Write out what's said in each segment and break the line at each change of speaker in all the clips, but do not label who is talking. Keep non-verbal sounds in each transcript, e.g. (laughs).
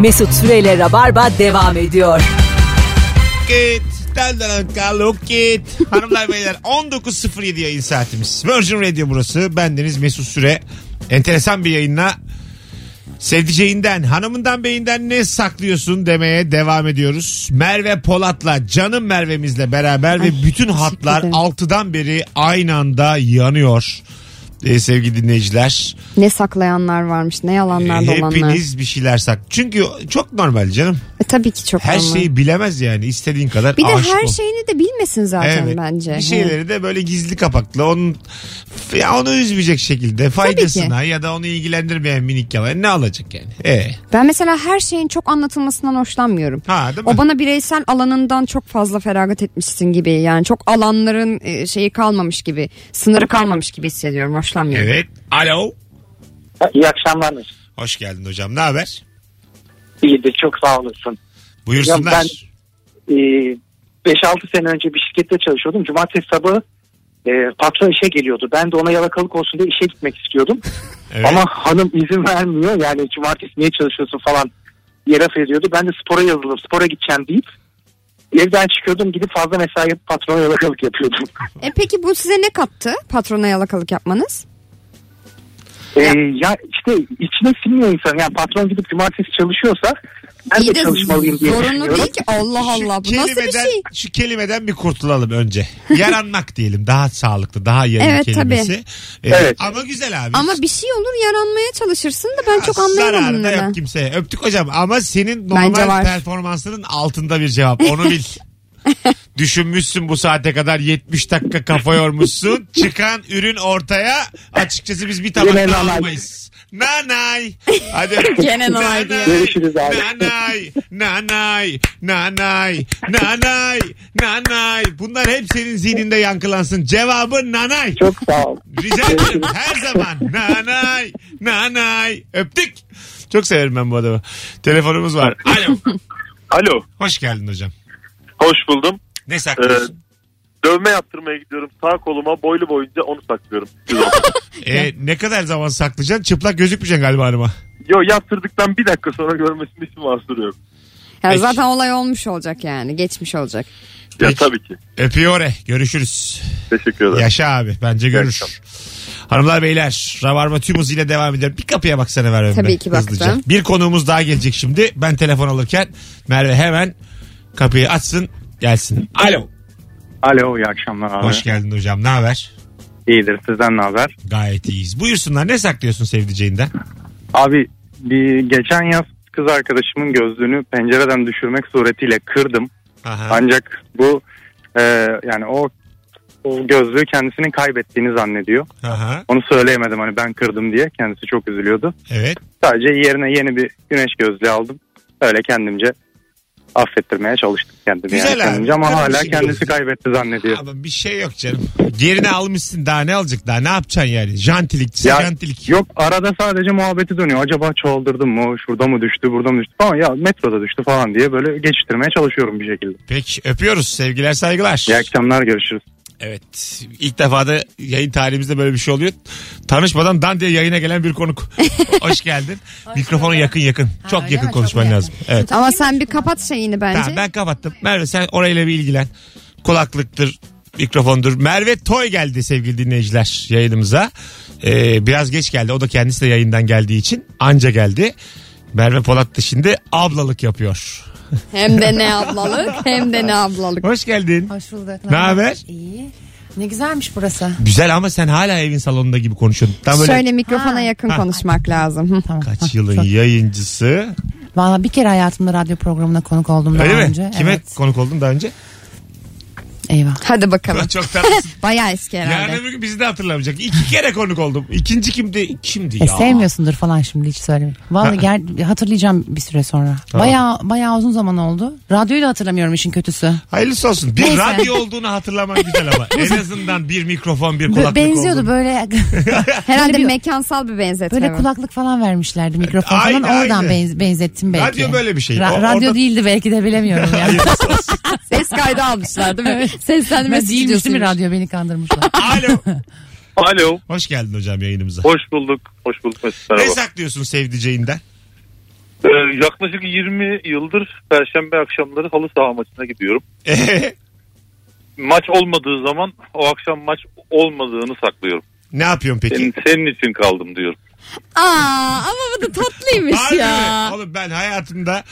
Mesut Süreyle Rabarba devam ediyor.
Rocket. Dandalanka Rocket. (laughs) Hanımlar beyler 19.07 yayın saatimiz. Virgin Radio burası. Bendeniz Mesut Süre. Enteresan bir yayınla sevdiceğinden, hanımından, beyinden ne saklıyorsun demeye devam ediyoruz. Merve Polat'la, canım Merve'mizle beraber ve bütün hatlar
ederim.
6'dan beri aynı anda yanıyor. Ee, sevgili dinleyiciler.
Ne saklayanlar varmış ne yalanlar dolanlar.
Ee, Hepiniz bir şeyler sak. Çünkü çok normal canım.
E, tabii ki çok
Her
normal.
şeyi bilemez yani. istediğin kadar
Bir de
aşık
her şey
ol.
şeyini de bilmesin zaten
Evet.
bence.
Bir şeyleri de böyle gizli kapaklı onun ya onu üzmeyecek şekilde faydasına ya da onu ilgilendirmeyen minik yalan ne alacak yani? E.
Ben mesela her şeyin çok anlatılmasından hoşlanmıyorum.
Ha değil mi?
O bana bireysel alanından çok fazla feragat etmişsin gibi yani çok alanların e, şeyi kalmamış gibi sınırı kalmamış gibi hissediyorum hoşlanmıyorum.
Evet. Alo.
İyi akşamlar. Mesut.
Hoş geldin hocam. Ne haber?
İyidir çok sağ olasın.
Buyursunlar.
Ya Ee, 5-6 sene önce bir şirkette çalışıyordum. Cumartesi sabahı e, patron işe geliyordu. Ben de ona yalakalık olsun diye işe gitmek istiyordum.
(laughs) Evet.
Ama hanım izin vermiyor. Yani cumartesi niye çalışıyorsun falan diye laf ediyordu. Ben de spora yazıldım. Spora gideceğim deyip evden çıkıyordum. Gidip fazla mesai yapıp patrona yalakalık
(laughs)
yapıyordum.
E peki bu size ne kattı patrona yalakalık yapmanız?
Ee, ya işte içine sinmiyor insan. Yani patron gidip cumartesi çalışıyorsa ben
İyi
de
de
çalışmalıyım diye
zorunlu
düşünüyorum.
değil ki Allah Allah bu nasıl bir şey?
Şu kelimeden bir kurtulalım önce. Yaranmak (laughs) diyelim. Daha sağlıklı, daha yayın
Evet,
kelimesi. Ee,
Evet.
Ama güzel abi.
Ama bir şey olur yaranmaya çalışırsın da ben çok anlayamadım
Zararı da
neden.
yok kimseye. Öptük hocam ama senin
Bence
normal
var.
performansının altında bir cevap.
(laughs)
Onu bil. Düşünmüşsün bu saate kadar 70 dakika kafa yormuşsun. Çıkan ürün ortaya açıkçası biz bir
Yine
tabakta
nanay.
almayız. Nanay. Hadi.
(laughs) Gene nanay diyor.
Görüşürüz abi.
Nanay. Nanay. Nanay. Nanay. Nanay. Bunlar hep senin zihninde yankılansın. Cevabı nanay.
Çok sağ ol.
Rica ederim her zaman. Nanay, nanay. Öptük. Çok severim ben bu adamı. Telefonumuz var. Alo.
Alo.
Hoş geldin hocam.
Hoş buldum.
Ne saklıyorsun?
Dövme yaptırmaya gidiyorum. Sağ koluma boylu boyunca onu saklıyorum.
Ee, ne kadar zaman saklayacaksın? Çıplak gözükmeyeceksin galiba hanıma.
Yo yaptırdıktan bir dakika sonra görmesini hiç mahsuru yok.
Ya
Peki.
zaten olay olmuş olacak yani geçmiş olacak.
Ya
Peki.
tabii ki.
Öpüyor e. Görüşürüz.
Teşekkür ederim.
Yaşa abi. Bence görür.
Yaşa.
Hanımlar beyler. Rabarba tüm ile devam eder. Bir kapıya baksana ver ömrüm.
Tabii ki baktım.
Hızlıca. Bir konuğumuz daha gelecek şimdi. Ben telefon alırken Merve hemen kapıyı açsın gelsin. Alo.
Alo iyi akşamlar abi.
Hoş geldin hocam. Ne haber?
İyidir sizden ne haber?
Gayet iyiyiz. Buyursunlar ne saklıyorsun sevdiceğinden?
Abi bir geçen yaz kız arkadaşımın gözlüğünü pencereden düşürmek suretiyle kırdım.
Aha.
Ancak bu e, yani o, o gözlüğü kendisinin kaybettiğini zannediyor.
Aha.
Onu söyleyemedim hani ben kırdım diye kendisi çok üzülüyordu.
Evet.
Sadece yerine yeni bir güneş gözlüğü aldım. Öyle kendimce affettirmeye çalıştım kendimi.
Güzel
yani
abi.
kendince Ama
Güzel bir
hala
şey.
kendisi kaybetti zannediyor.
Ama bir şey yok canım. Yerini almışsın daha ne alacak daha ne yapacaksın yani? Jantilik.
Ya,
jantilik.
Yok arada sadece muhabbeti dönüyor. Acaba çoğaldırdım mı? Şurada mı düştü? Burada mı düştü? Ama ya metroda düştü falan diye böyle geçiştirmeye çalışıyorum bir şekilde.
Peki öpüyoruz. Sevgiler saygılar.
İyi akşamlar görüşürüz.
Evet. İlk defa da yayın tarihimizde böyle bir şey oluyor. Tanışmadan dan diye yayına gelen
(laughs)
bir konuk. Hoş geldin. Mikrofonu yakın yakın. Çok
öyle
yakın
mi?
konuşman
Çok yakın.
lazım. Evet.
Ama sen bir kapat şeyini bence.
Tamam ben kapattım. Merve sen orayla bir ilgilen. Kulaklıktır, mikrofondur. Merve Toy geldi sevgili dinleyiciler yayınımıza. Ee, biraz geç geldi. O da kendisi de yayından geldiği için anca geldi. Merve Polat da şimdi ablalık yapıyor.
Hem de ne ablalık
(laughs)
hem de ne ablalık.
Hoş geldin.
Hoş bulduk.
Ne haber?
İyi. Ne güzelmiş burası.
Güzel ama sen hala evin salonunda gibi konuşuyorsun. Tam böyle
Şöyle mikrofona yakın konuşmak lazım.
Tamam.
kaç yılın yayıncısı.
Valla bir kere hayatımda radyo programına konuk oldum daha
Öyle mi?
önce.
Kime
Evet.
konuk oldun daha önce?
Eyvah.
(laughs) Hadi bakalım.
Çok
(laughs)
tatlısın.
(laughs) Bayağı eski herhalde.
Yarın öbür gün bizi de hatırlamayacak. İki kere konuk oldum. İkinci kimdi? Kimdi
E,
ya?
sevmiyorsundur falan şimdi hiç söyleme.
Ha.
Valla gel, hatırlayacağım bir süre sonra.
Tamam.
Baya baya uzun zaman oldu. Radyoyu da hatırlamıyorum işin kötüsü.
Hayırlısı olsun. Bir
Neyse.
radyo olduğunu hatırlaman güzel ama. en azından bir mikrofon, bir
Be-
kulaklık
benziyordu
olduğunu. (laughs)
böyle
Herhalde
Böyle bir-
mekansal bir benzetme.
böyle
bu.
kulaklık falan vermişlerdi mikrofon
Aynen,
falan oradan
aynen.
benz- benzettim belki.
E, Radyo böyle bir şey.
Ra-
O-
radyo
orada-
değildi belki de bilemiyorum
(laughs)
ya.
Hayırlısı olsun.
Ses kaydı almışlar
(laughs)
değil mi? Seslendirme
Ben değilmiş değil mi
stüdyosuymuş.
radyo beni kandırmışlar.
Alo.
Alo.
Hoş geldin hocam yayınımıza.
Hoş bulduk. Hoş bulduk Mesut.
Ne
Merhaba.
saklıyorsun sevdiceğinden?
Ee, yaklaşık 20 yıldır perşembe akşamları halı saha maçına gidiyorum. Maç olmadığı zaman o akşam maç olmadığını saklıyorum.
(laughs) ne yapıyorsun peki?
Senin, senin için kaldım diyorum.
Aa ama bu da tatlıymış
Harbi mi?
ya.
Oğlum ben hayatımda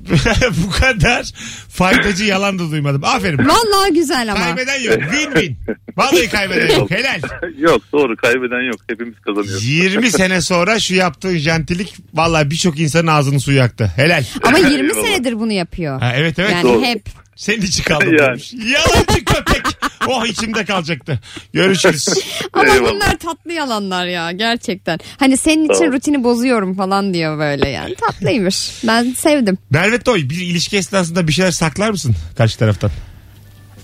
(laughs) bu kadar faydacı yalan da duymadım. Aferin.
Vallahi güzel ama.
Kaybeden yok. Win win. Vallahi kaybeden yok. Helal.
(laughs) yok doğru kaybeden yok hepimiz kazanıyoruz.
20 sene sonra şu yaptığın jantilik vallahi birçok insanın ağzını suyu yaktı. Helal.
Ama 20
Eyvallah.
senedir bunu yapıyor.
Ha, evet evet.
yani
doğru.
hep.
Senin için kaldım.
Yani.
demiş. Yalancı köpek. Oh içimde kalacaktı. Görüşürüz.
Ama
Eyvallah.
bunlar tatlı yalanlar ya gerçekten. Hani senin için
Tamam.
rutini bozuyorum falan diyor böyle
(laughs)
yani. Tatlıymış. Ben sevdim.
Merve Toy bir ilişki esnasında bir şeyler saklar mısın karşı taraftan?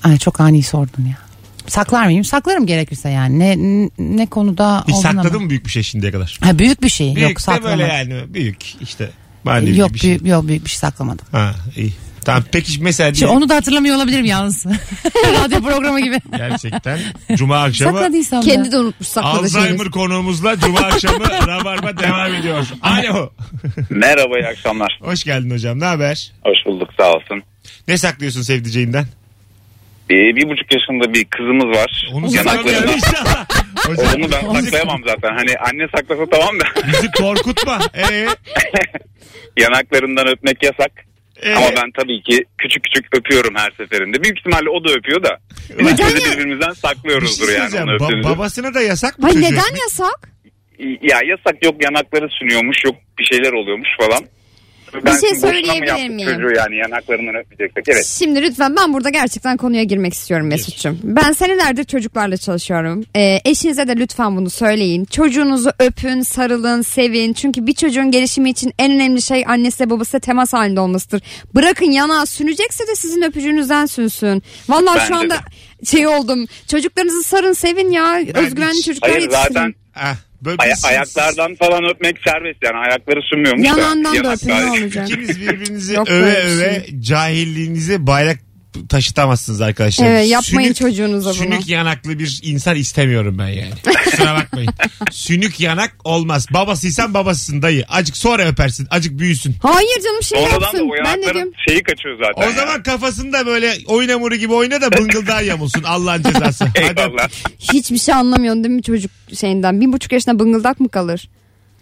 Ay çok ani sordun ya. Saklar mıyım? Saklarım gerekirse yani. Ne ne konuda
Hiç
olduğuna
sakladın
bak.
mı büyük bir şey şimdiye kadar?
Ha, büyük bir şey.
Büyük
yok
de
saklamadım.
böyle yani büyük işte manevi
yok,
bir şey.
büyük, yok büyük bir şey saklamadım.
Ha iyi. Tamam peki mesela
Şimdi
diyelim-
onu da hatırlamıyor olabilirim yalnız. (laughs) Radyo programı gibi.
gerçekten cuma akşamı
Sakladıysam da.
Kendi de unutmuş sakladığı şeyleri.
Alzheimer konuğumuzla cuma akşamı Rabarba devam ediyor. Alo.
Merhaba iyi akşamlar.
Hoş geldin hocam. Ne haber?
Hoş bulduk sağ olsun.
Ne saklıyorsun sevdiceğinden?
Bir, bir buçuk yaşında bir kızımız var.
Onu
Yanaklarında.
saklayalım inşallah. Hocam,
Onu ben
bizi-
saklayamam zaten. Hani anne saklasa tamam da. (laughs)
Bizi korkutma. Ee,
Yanaklarından öpmek yasak.
ee,
Ama ben tabii ki küçük küçük öpüyorum her seferinde. Büyük ihtimalle o da öpüyor da. Biz
Neden
ikimiz de birbirimizden
bir
saklıyoruzdur
şey
yani
söyleyeceğim.
onu
Ba-
öptüğümüzü.
babasına da yasak mı
Ay
çocuğun?
neden yasak?
Ya yasak yok yanakları sünüyormuş yok bir şeyler oluyormuş falan. Ben
şey
şimdi boşuna mı
söyleyebilir
yaptık
miyim?
Çocuğu yani yanaklarından öpeceksek. Evet.
Şimdi lütfen ben burada gerçekten konuya girmek istiyorum Mesut'cum. Ben senelerdir çocuklarla çalışıyorum. Ee, eşinize de lütfen bunu söyleyin. Çocuğunuzu öpün, sarılın, sevin. Çünkü bir çocuğun gelişimi için en önemli şey annesiyle babasıyla temas halinde olmasıdır. Bırakın yanağı sünecekse de sizin öpücüğünüzden sünsün. Vallahi
Bence
şu anda şey oldum. Çocuklarınızı sarın, sevin ya. Özgüvenli
hiç-
çocuklar
Hayır
yetiştirin.
zaten
Ah, böyle
aya-
biz-
ayaklardan falan öpmek serbest yani ayakları sünmüyormuş da.
Yanandan da
Yanak
öpün ne
gayet-
olacak?
İkiniz
(laughs)
birbirinizi
Yok
öve
böyle bir şey.
öve cahilliğinizi bayrak taşıtamazsınız arkadaşlar.
Evet, yapmayın çocuğunuza bunu.
Sünük yanaklı bir insan istemiyorum ben yani. Kusura bakmayın.
(laughs)
sünük yanak olmaz. Babasıysan babasısın dayı. Acık sonra öpersin. Acık büyüsün.
Hayır canım şey
Sonradan da
yapsın.
o
Ben de diyorum.
yanakların şeyi kaçıyor
O
zaten. ya.
zaman kafasında böyle oyun hamuru gibi oyna da bıngıldağı yamulsun. Allah'ın
(laughs)
cezası. Hadi.
Eyvallah.
Hiçbir şey anlamıyorsun değil mi çocuk şeyinden? Bir buçuk yaşında bıngıldak mı kalır?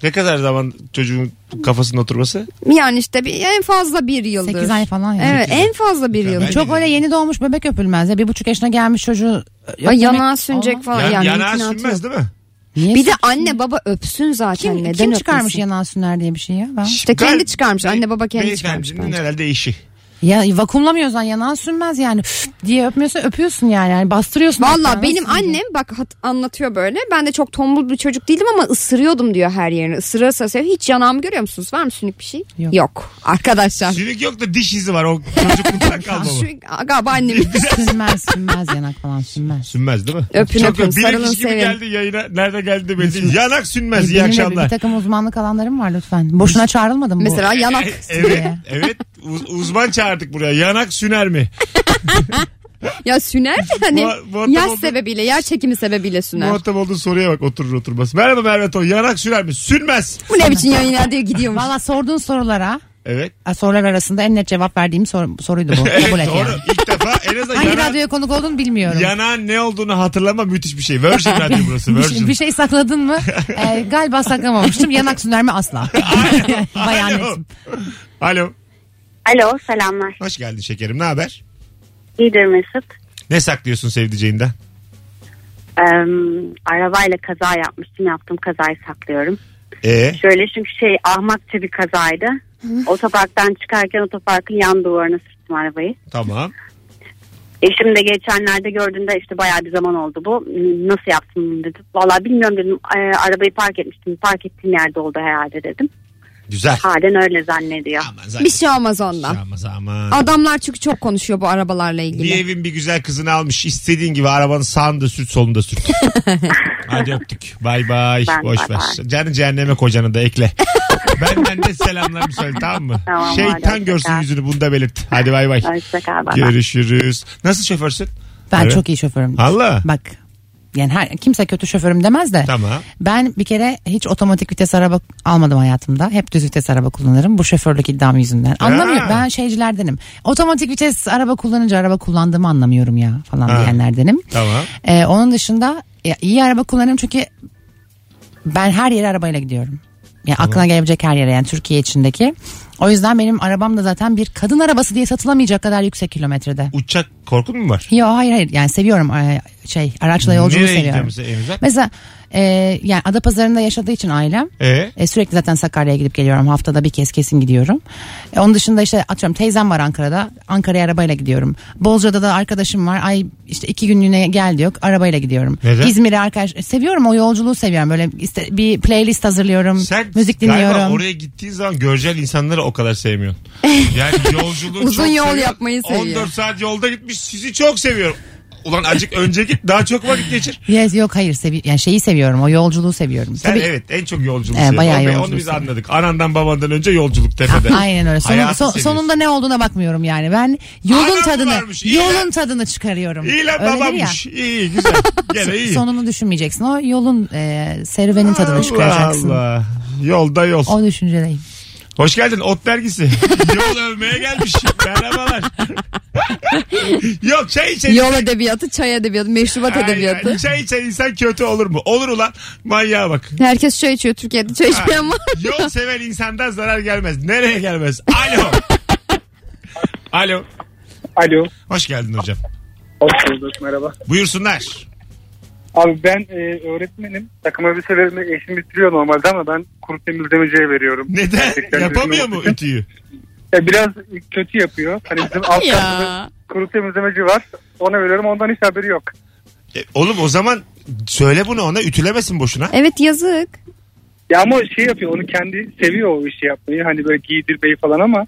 Ne kadar zaman çocuğun kafasının oturması?
Yani işte bir, en fazla bir yıldır.
8 ay falan yani.
Evet en fazla bir
Ya
yıl.
ben-
Çok öyle yeni doğmuş bebek öpülmez ya. Bir buçuk yaşına gelmiş çocuğu öpmek
Ay, yanağı sünecek
olmaz.
falan.
Yan,
yani
yanağı
mümkünatı
sünmez
yok.
değil mi?
Niye?
Bir de anne baba öpsün zaten.
kim,
Neden
kim çıkarmış
öpmesin?
yanağı süner diye bir şey ya? Ben...
İşte kendi
Gal-
çıkarmış. Anne baba kendi
Beyefendinin
çıkarmış bence.
herhalde işi.
Ya vakumlamıyorsan yanağın sünmez yani Üf diye öpmüyorsa öpüyorsun yani. yani bastırıyorsun.
Valla
hatta.
benim
Nasıl diyeyim?
annem bak hat- anlatıyor böyle. Ben de çok tombul bir çocuk değildim ama ısırıyordum diyor her yerini. Isıra ısıra ısıra. Hiç yanağımı görüyor musunuz? Var mı sünük bir şey?
Yok.
Arkadaşlar.
Sünük yok da diş izi var. O
(laughs)
çocukluktan kalma bu.
Ah. Şu, galiba
(laughs)
annemin.
Sünmez sünmez yanak falan sünmez.
Sünmez değil mi?
Öpün,
Çok
öpün,
öp- Bilim
sarılın,
kişi gibi
sevin.
geldi yayına. Nerede geldi de belli değil. Yanak sünmez. iyi
Benim de Bir
akşamlar.
takım uzmanlık alanlarım var lütfen. Boşuna çağrılmadım bu.
Mesela yanak.
(laughs) Evet, evet. Uz- uzman çağırdık buraya. Yanak süner mi?
Ya süner de hani
Bu- bu adam
yaş
oldu.
sebebiyle, yer çekimi sebebiyle süner.
Muhatap olduğu soruya bak oturur oturmaz. Merhaba Merve Toy. Yanak süner mi? Sünmez.
Bu ne biçim yayın ya diye gidiyormuş.
Valla sorduğun sorulara
Evet.
e, sorular arasında en net cevap verdiğim sor- soruydu bu.
(laughs) Evet
Kabul et
doğru.
yani.
İlk defa en azından
Hangi
yana,
radyoya konuk olduğunu bilmiyorum.
yanağın ne olduğunu hatırlama müthiş bir şey. Virgin Radyo
(laughs)
burası.
Bir şey,
Virgin.
bir şey sakladın mı? E, galiba saklamamıştım. Yanak süner
(laughs)
mi asla.
(laughs)
Bayan
Alo.
ettim.
Alo.
Alo selamlar.
Hoş geldin şekerim. Ne haber?
İyidir Mesut.
Ne saklıyorsun sevdiceğinden?
Ee, arabayla kaza yapmıştım. Yaptığım kazayı saklıyorum.
Ee,
Şöyle çünkü şey ahmakça bir kazaydı. Otoparktan çıkarken otoparkın yan duvarına sürttüm arabayı.
tamam.
Eşim de geçenlerde gördüğünde işte bayağı bir zaman oldu bu. Nasıl yaptın bunu dedi. Valla bilmiyorum dedim. Ee, arabayı park etmiştim. Park ettiğim yerde oldu herhalde dedim.
Güzel.
Halen öyle zannediyor.
Aman
Bir
zaten.
şey olmaz ondan.
Aman aman.
Adamlar çünkü çok konuşuyor bu arabalarla ilgili.
Bir evin bir güzel kızını almış. İstediğin gibi arabanın sağında sürt
(laughs)
solunda sürt. Hadi öptük. Bay bay.
Ben
Boş
bay
ver.
bay.
Canı cehenneme kocanı
(laughs)
da ekle. Benden de selamlarımı söyle tamam mı?
Tamam, hadi,
Şeytan
hoşça
görsün
kal.
yüzünü bunu da belirt. Hadi bay bay.
Hoşçakal baba.
Görüşürüz. Nasıl şoförsün?
Ben
Evet.
çok iyi şoförüm.
Allah.
Bak Yani her kimse kötü şoförüm demez de.
Tamam.
Ben bir kere hiç otomatik vites araba almadım hayatımda. Hep düz vites araba kullanırım. Bu şoförlük iddiam yüzünden. Anlamıyorum. Ben şeycilerdenim. Otomatik vites araba kullanınca araba kullandığımı anlamıyorum ya falan
Ha.
diyenlerdenim.
Tamam.
Ee, onun dışında ya, iyi araba kullanırım çünkü ben her yere arabayla gidiyorum. Yani aklına gelebilecek her yere yani Türkiye içindeki. O yüzden benim arabam da zaten bir kadın arabası diye satılamayacak kadar yüksek kilometrede.
Uçak korkun mu var?
Yo hayır hayır yani seviyorum e, şey araçla yolculuğu
Nereye
seviyorum.
gidiyor mesela en uzak?
Mesela e, yani Adapazarı'nda yaşadığı için ailem
Ee?
e, sürekli zaten Sakarya'ya gidip geliyorum haftada bir kez kesin gidiyorum. E, onun dışında işte atıyorum teyzem var Ankara'da Ankara'ya arabayla gidiyorum. Bozca'da da arkadaşım var ay işte iki günlüğüne gel diyor arabayla gidiyorum.
Neden?
İzmir'e arkadaş e, seviyorum o yolculuğu seviyorum böyle iste- bir playlist hazırlıyorum
Sen
müzik
Galiba
dinliyorum.
oraya gittiğin zaman göreceğin insanları o kadar sevmiyorsun.
(laughs)
Yani yolculuğu
Uzun
çok
yol
seviyorum.
yapmayı seviyor.
14 saat yolda gitmiş sizi çok seviyorum. Ulan acık önce git daha çok vakit geçir.
Yes, yok hayır sevi yani şeyi seviyorum o yolculuğu seviyorum.
Sen
Tabii-
evet en çok yolculuk
Ee,
seviyorsun.
bayağı
Onu- Onu
yolculuk
biz
seviyorum.
anladık. Anandan babandan önce yolculuk tepede.
(laughs) Aynen öyle. Sonu-
Hayatı
son-
seviyorsun.
sonunda ne olduğuna bakmıyorum yani. Ben yolun
Adam
tadını
varmış, iyi
yolun
lan.
tadını çıkarıyorum.
İyi lan
Öyledir
babammış. İyi güzel. Gene iyi.
Sonunu düşünmeyeceksin. O yolun e, serüvenin tadını çıkaracaksın.
Allah. Yolda yol.
O düşüncedeyim.
Hoş geldin ot dergisi. (laughs) Yol övmeye gelmiş. Merhabalar. (laughs) Yok çay içelim.
Yol edebiyatı, çay edebiyatı, meşrubat
Ay,
edebiyatı.
ay, Çay içen insan kötü olur mu? Olur ulan. Manyağa bak.
Herkes çay içiyor Türkiye'de. Çay içmeyen var.
Yol seven insandan zarar gelmez. Nereye gelmez? Alo. Alo.
Alo.
Hoş geldin hocam.
Hoş bulduk. Merhaba.
Buyursunlar.
Abi ben e, öğretmenim. Takım elbiselerimi eşim bitiriyor normalde ama ben kuru temizlemeciye veriyorum.
Neden? Yapamıyor mu ütüyü?
Ya biraz kötü yapıyor. Hani bizim alt katta kuru temizlemeci var. Ona veriyorum ondan hiç haberi yok.
E, oğlum o zaman söyle bunu ona ütülemesin boşuna.
Evet yazık.
Ya ama şey yapıyor onu kendi seviyor o işi yapmayı. Hani böyle giydirmeyi falan ama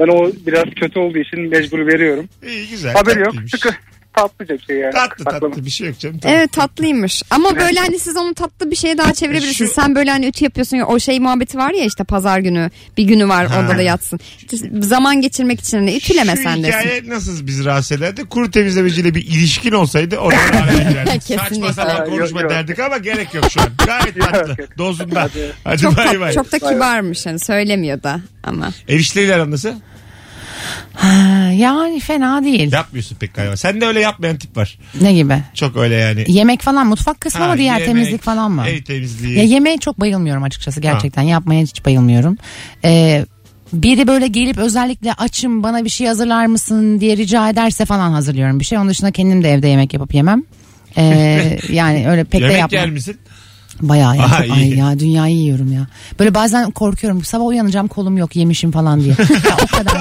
ben o biraz kötü olduğu için mecbur veriyorum.
İyi güzel.
Haberi yok.
tatlıymış.
Sıkı tatlıca bir şey yani.
Tatlı
Saklama.
tatlı bir şey yok canım. Tamam.
Evet tatlıymış. Ama böyle hani siz onu tatlı bir şeye daha çevirebilirsiniz.
Şu-
Sen böyle hani ütü yapıyorsun ya o şey muhabbeti var ya işte pazar günü bir günü var
Ha.
onda da yatsın. İşte Zaman geçirmek için hani ütüleme
Şu
sen desin.
hikaye nasıl bizi rahatsız ederdi? Kuru temizlemeciyle bir ilişkin olsaydı
(laughs)
oradan araya girerdik. Saçma
Kesinlikle.
sapan
Ha, yok,
konuşma
yok.
derdik ama gerek yok şu an.
(laughs)
Gayet
Yok,
tatlı.
yok.
Dozunda. (laughs) Hadi
Çok,
bay
tat-
bay.
çok da kibarmış hani söylemiyor da ama.
Ev işleriyle aran nasıl?
Ha, yani fena değil.
Yapmıyorsun pek galiba. Sen de öyle yapmayan tip var.
Ne gibi?
Çok öyle yani.
Yemek falan mutfak kısmı
Ha,
mı diğer
yemek,
temizlik falan mı?
Ev temizliği.
Ya yemeğe çok bayılmıyorum açıkçası gerçekten. Yapmaya hiç bayılmıyorum. Ee, biri böyle gelip özellikle açım bana bir şey hazırlar mısın diye rica ederse falan hazırlıyorum bir şey. Onun dışında kendim de evde yemek yapıp yemem.
(laughs)
Ee, yani öyle pek de
Yemek
yapmam.
yer misin?
Bayağı ya.
Aha,
Çok-
iyi.
ay ya dünyayı yiyorum ya. Böyle bazen korkuyorum. Sabah uyanacağım kolum yok yemişim falan diye. ya o kadar.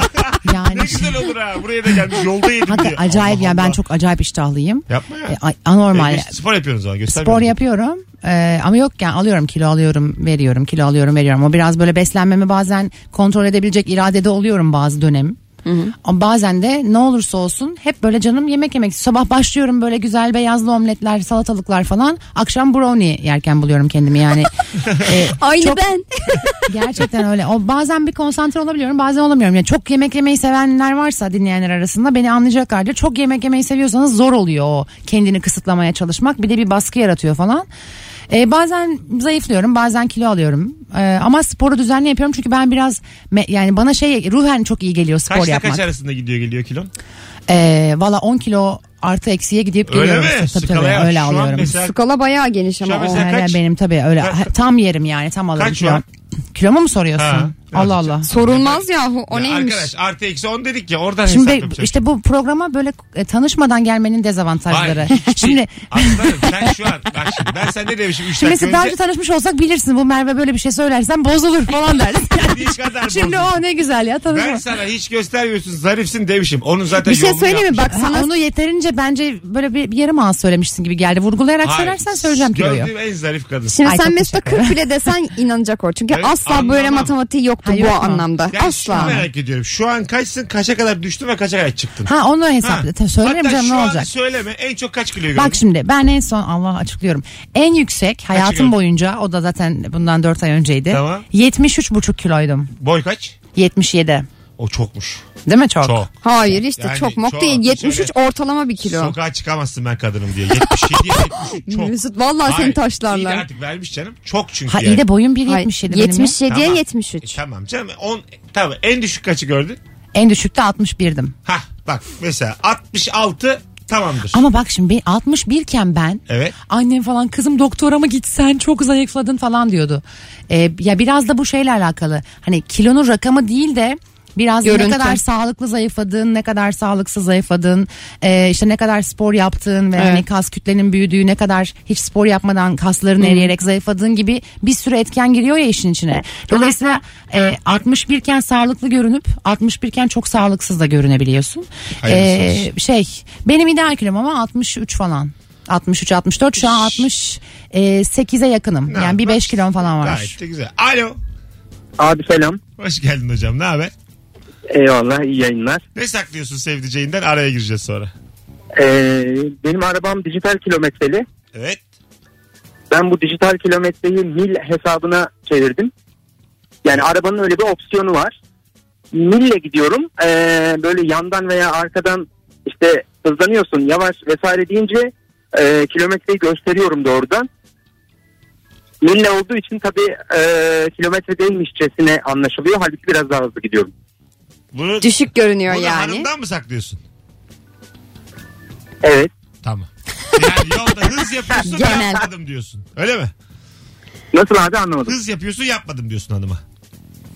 (laughs)
Yani
Ne güzel olur ha. Buraya da gelmiş. Yolda yedim
Hakikaten
diyor.
acayip
Allah
ya ben
Allah.
çok acayip iştahlıyım.
Yapma ya.
E, ay- anormal.
E, spor yapıyorsunuz o zaman. Göstermiyor
Spor
musun?
yapıyorum Ee, ama yok yani alıyorum kilo alıyorum veriyorum kilo alıyorum veriyorum. O biraz böyle beslenmemi bazen kontrol edebilecek iradede oluyorum bazı dönem. Ama bazen de ne olursa olsun hep böyle canım yemek yemek. Sabah başlıyorum böyle güzel beyazlı omletler salatalıklar falan. Akşam brownie yerken buluyorum kendimi yani. Ee,
Aynı (laughs)
çok-
ben.
Gerçekten öyle. O bazen bir konsantre olabiliyorum, bazen olamıyorum. Yani çok yemek yemeyi sevenler varsa dinleyenler arasında beni anlayacaklardır. Çok yemek yemeyi seviyorsanız zor oluyor o kendini kısıtlamaya çalışmak. Bir de bir baskı yaratıyor falan. Ee, bazen zayıflıyorum, bazen kilo alıyorum. Ee, ama sporu düzenli yapıyorum çünkü ben biraz me- yani bana şey ruhen çok iyi geliyor spor
Kaçta
yapmak.
kaç arasında gidiyor geliyor kilon?
Ee, Valla 10 kilo artı eksiye gidip
Öyle
geliyorum.
mi?
Tabii, tabii,
Skalaya
öyle
şu an
alıyorum.
mesela-
Skala bayağı geniş
Şu an
ama o.
mesela-
Yani
kaç?
benim tabii öyle
Kaç-
Ha, tam yerim yani tam alıyorum.
Kaç şu an?
Kilomu mu soruyorsun?
Ha,
Allah
evet.
Allah.
Sorulmaz yahu o
Ya
neymiş.
Arkadaş artı eksi 10 dedik ya oradan Şimdi,
Şimdi
hesaplamış.
işte bu programa böyle e, tanışmadan gelmenin dezavantajları.
şey. Hayır, şey. hiç
(laughs) şimdi
değil. Aslanım sen şu an bak şimdi ben sen ne demişim 3
şimdi
dakika
mesela daha önce
önce.
tanışmış olsak bilirsin bu Merve böyle bir şey söylersen bozulur
(laughs)
falan dersin.
Hiç kadar
şimdi
bozulur.
o ne güzel ya tanışma.
Ben sana hiç göstermiyorsun zarifsin demişim. Onun zaten
Bir şey
yolunu
söyleyeyim mi?
yapmış.
Bak
Ha,
sana
onu yeterince bence böyle bir, bir yarım ağız söylemişsin gibi geldi. Vurgulayarak
Hayır,
söylersen söyleyeceğim kiloyu.
Gördüğüm en zarif kadın.
Şimdi
Ay,
sen
çok
Mesut'a
teşekkür
40 bile desen inanacak o. Çünkü
Evet,
asla böyle
anlamam.
matematiği yoktu
Hayır,
bu
yok.
anlamda.
Yani şunu
asla.
merak ediyorum. Şu an kaçsın kaça kadar düştün ve kaça kadar çıktın?
Ha onu
Ha.
hesapla. Tabii Söylerim
Hatta
canım
şu
ne
an
olacak.
söyleme en çok kaç kilo gördün?
Bak şimdi ben en son Allah açıklıyorum. En yüksek
Açıklıyorum.
hayatım boyunca o da zaten bundan 4 ay önceydi.
Tamam.
73,5 kiloydum.
Boy kaç?
77.
O çokmuş.
Değil mi çok?
Çok.
Hayır işte
Yani
çok mok
çok.
değil. 73
Şöyle-
ortalama bir kilo.
Sokağa çıkamazsın ben kadınım diye. 77
(laughs)
73 çok.
Mesut vallahi
Hayır,
seni
iyi de
taşlarlar.
artık vermiş canım. Çok çünkü
Ha
yani.
iyi de boyum 1.77
Hayır,
benim. ya.
77'ye
Tamam.
73.
E, tamam canım. On, tamam en düşük kaçı gördün?
En düşükte 61'dim.
Hah bak mesela 66 tamamdır.
Ama bak şimdi ben 61 iken ben
Evet.
annem falan kızım doktora mı gitsen çok zayıfladın falan diyordu. Ee, ya biraz da bu şeyle alakalı. Hani kilonun rakamı değil de biraz da ne
Görüntü.
kadar sağlıklı zayıfladın, ne kadar sağlıksız zayıfladın, ee, işte ne kadar spor yaptın ve hani kas kütlenin büyüdüğü, ne kadar hiç spor yapmadan kasların eriyerek zayıfladığın gibi bir sürü etken giriyor ya işin içine. Dolayısıyla e, 61 iken sağlıklı görünüp 61 iken çok sağlıksız da görünebiliyorsun.
Hayırlısı
Ee,
olsun.
şey benim ideal kilom ama 63 falan. 63 64 şu an 68'e yakınım.
Ne
yani bir
yapar?
5 kilom falan var.
Gayet de güzel. Alo.
Abi selam.
Hoş geldin hocam. Ne haber?
Eyvallah iyi yayınlar.
Ne saklıyorsun sevdiceğinden? Araya gireceğiz sonra.
Ee, benim arabam dijital kilometreli.
Evet.
Ben bu dijital kilometreyi mil hesabına çevirdim. Yani arabanın öyle bir opsiyonu var. Mille gidiyorum. Ee, böyle yandan veya arkadan işte hızlanıyorsun yavaş vesaire deyince e, kilometreyi gösteriyorum doğrudan. Mille olduğu için tabii e, kilometre değilmişçesine anlaşılıyor. Halbuki biraz daha hızlı gidiyorum.
Bunu,
Düşük görünüyor
bunu
yani.
hanımdan mı saklıyorsun?
Evet.
Tamam. Yani yolda hız
(laughs)
yapıyorsun
Genel.
yapmadım diyorsun. Öyle mi?
Nasıl abi anlamadım.
Hız yapıyorsun yapmadım diyorsun hanıma.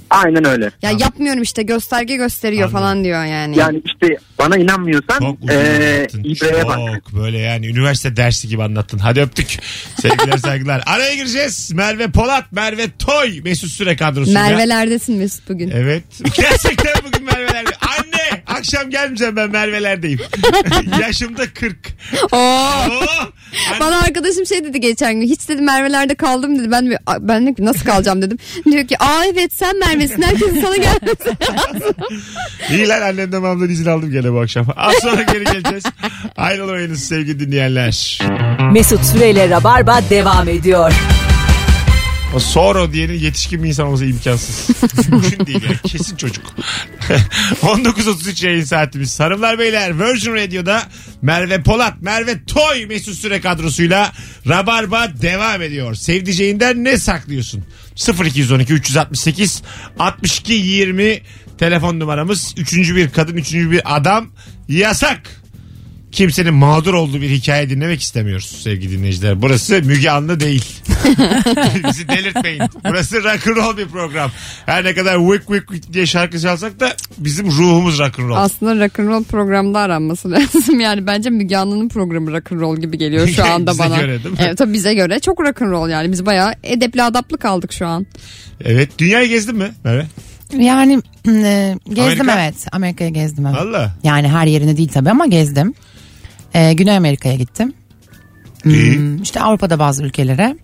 Aynen öyle.
Ya yapmıyorum işte gösterge gösteriyor
Anladım.
falan diyor yani.
Yani işte bana inanmıyorsan
Çok uzun
e,
anlattın.
İbre'ye bak.
Çok böyle yani üniversite dersi gibi anlattın. Hadi öptük. Sevgiler saygılar. Araya gireceğiz. Merve Polat, Merve Toy. Mesut Süre kadrosunda.
Merve'lerdesin Mesut bugün.
Evet. (laughs) Gerçekten bugün Merve'lerde. Anne akşam gelmeyeceğim ben Merve'lerdeyim. (laughs) Yaşımda Oh! 40.
Oo.
Oo, anne,
Bana arkadaşım şey dedi geçen gün. Hiç dedi Merve'lerde kaldım dedi. Ben de- ben de nasıl kalacağım dedim. Diyor ki aa evet sen Merve'sin. Herkesin sana gelmesi.
iyi lan annemden babamdan izin aldım gene bu akşam. Az sonra geri geleceğiz. Ayrılmayınız sevgili dinleyenler.
Mesut Süreyle Rabarba devam ediyor.
O Soro diyenin yetişkin bir insan olması imkansız. (laughs) Mümkün değil yani. Kesin çocuk. (laughs) 19.33 yayın saatimiz. Hanımlar beyler Virgin Radio'da Merve Polat, Merve Toy Mesut Süre kadrosuyla Rabarba devam ediyor. Sevdiceğinden ne saklıyorsun? 0212 368 62 20 telefon numaramız. Üçüncü bir kadın, üçüncü bir adam yasak kimsenin mağdur olduğu bir hikaye dinlemek istemiyoruz sevgili dinleyiciler. Burası Müge Anlı değil. Bizi delirtmeyin. Burası rock'n'roll bir program. Her ne kadar wik wik wik diye şarkı çalsak da bizim ruhumuz rock'n'roll.
Aslında rock'n'roll programda aranması (laughs) lazım. Yani bence Müge Anlı'nın programı rock'n'roll gibi geliyor
(laughs)
şu anda
Bize
bana.
göre değil mi?
Evet tabii bize göre çok rock'n'roll yani. Biz bayağı edepli adaplı kaldık şu
(laughs)
an.
Evet dünyayı gezdin mi? Evet.
Yani e, gezdim
Amerika?
evet. Amerika'ya gezdim evet.
Valla.
Yani her yerine değil tabii ama gezdim. Ee, Güney Amerika'ya gittim.
İyi.
Hmm, işte Avrupa'da bazı ülkelere.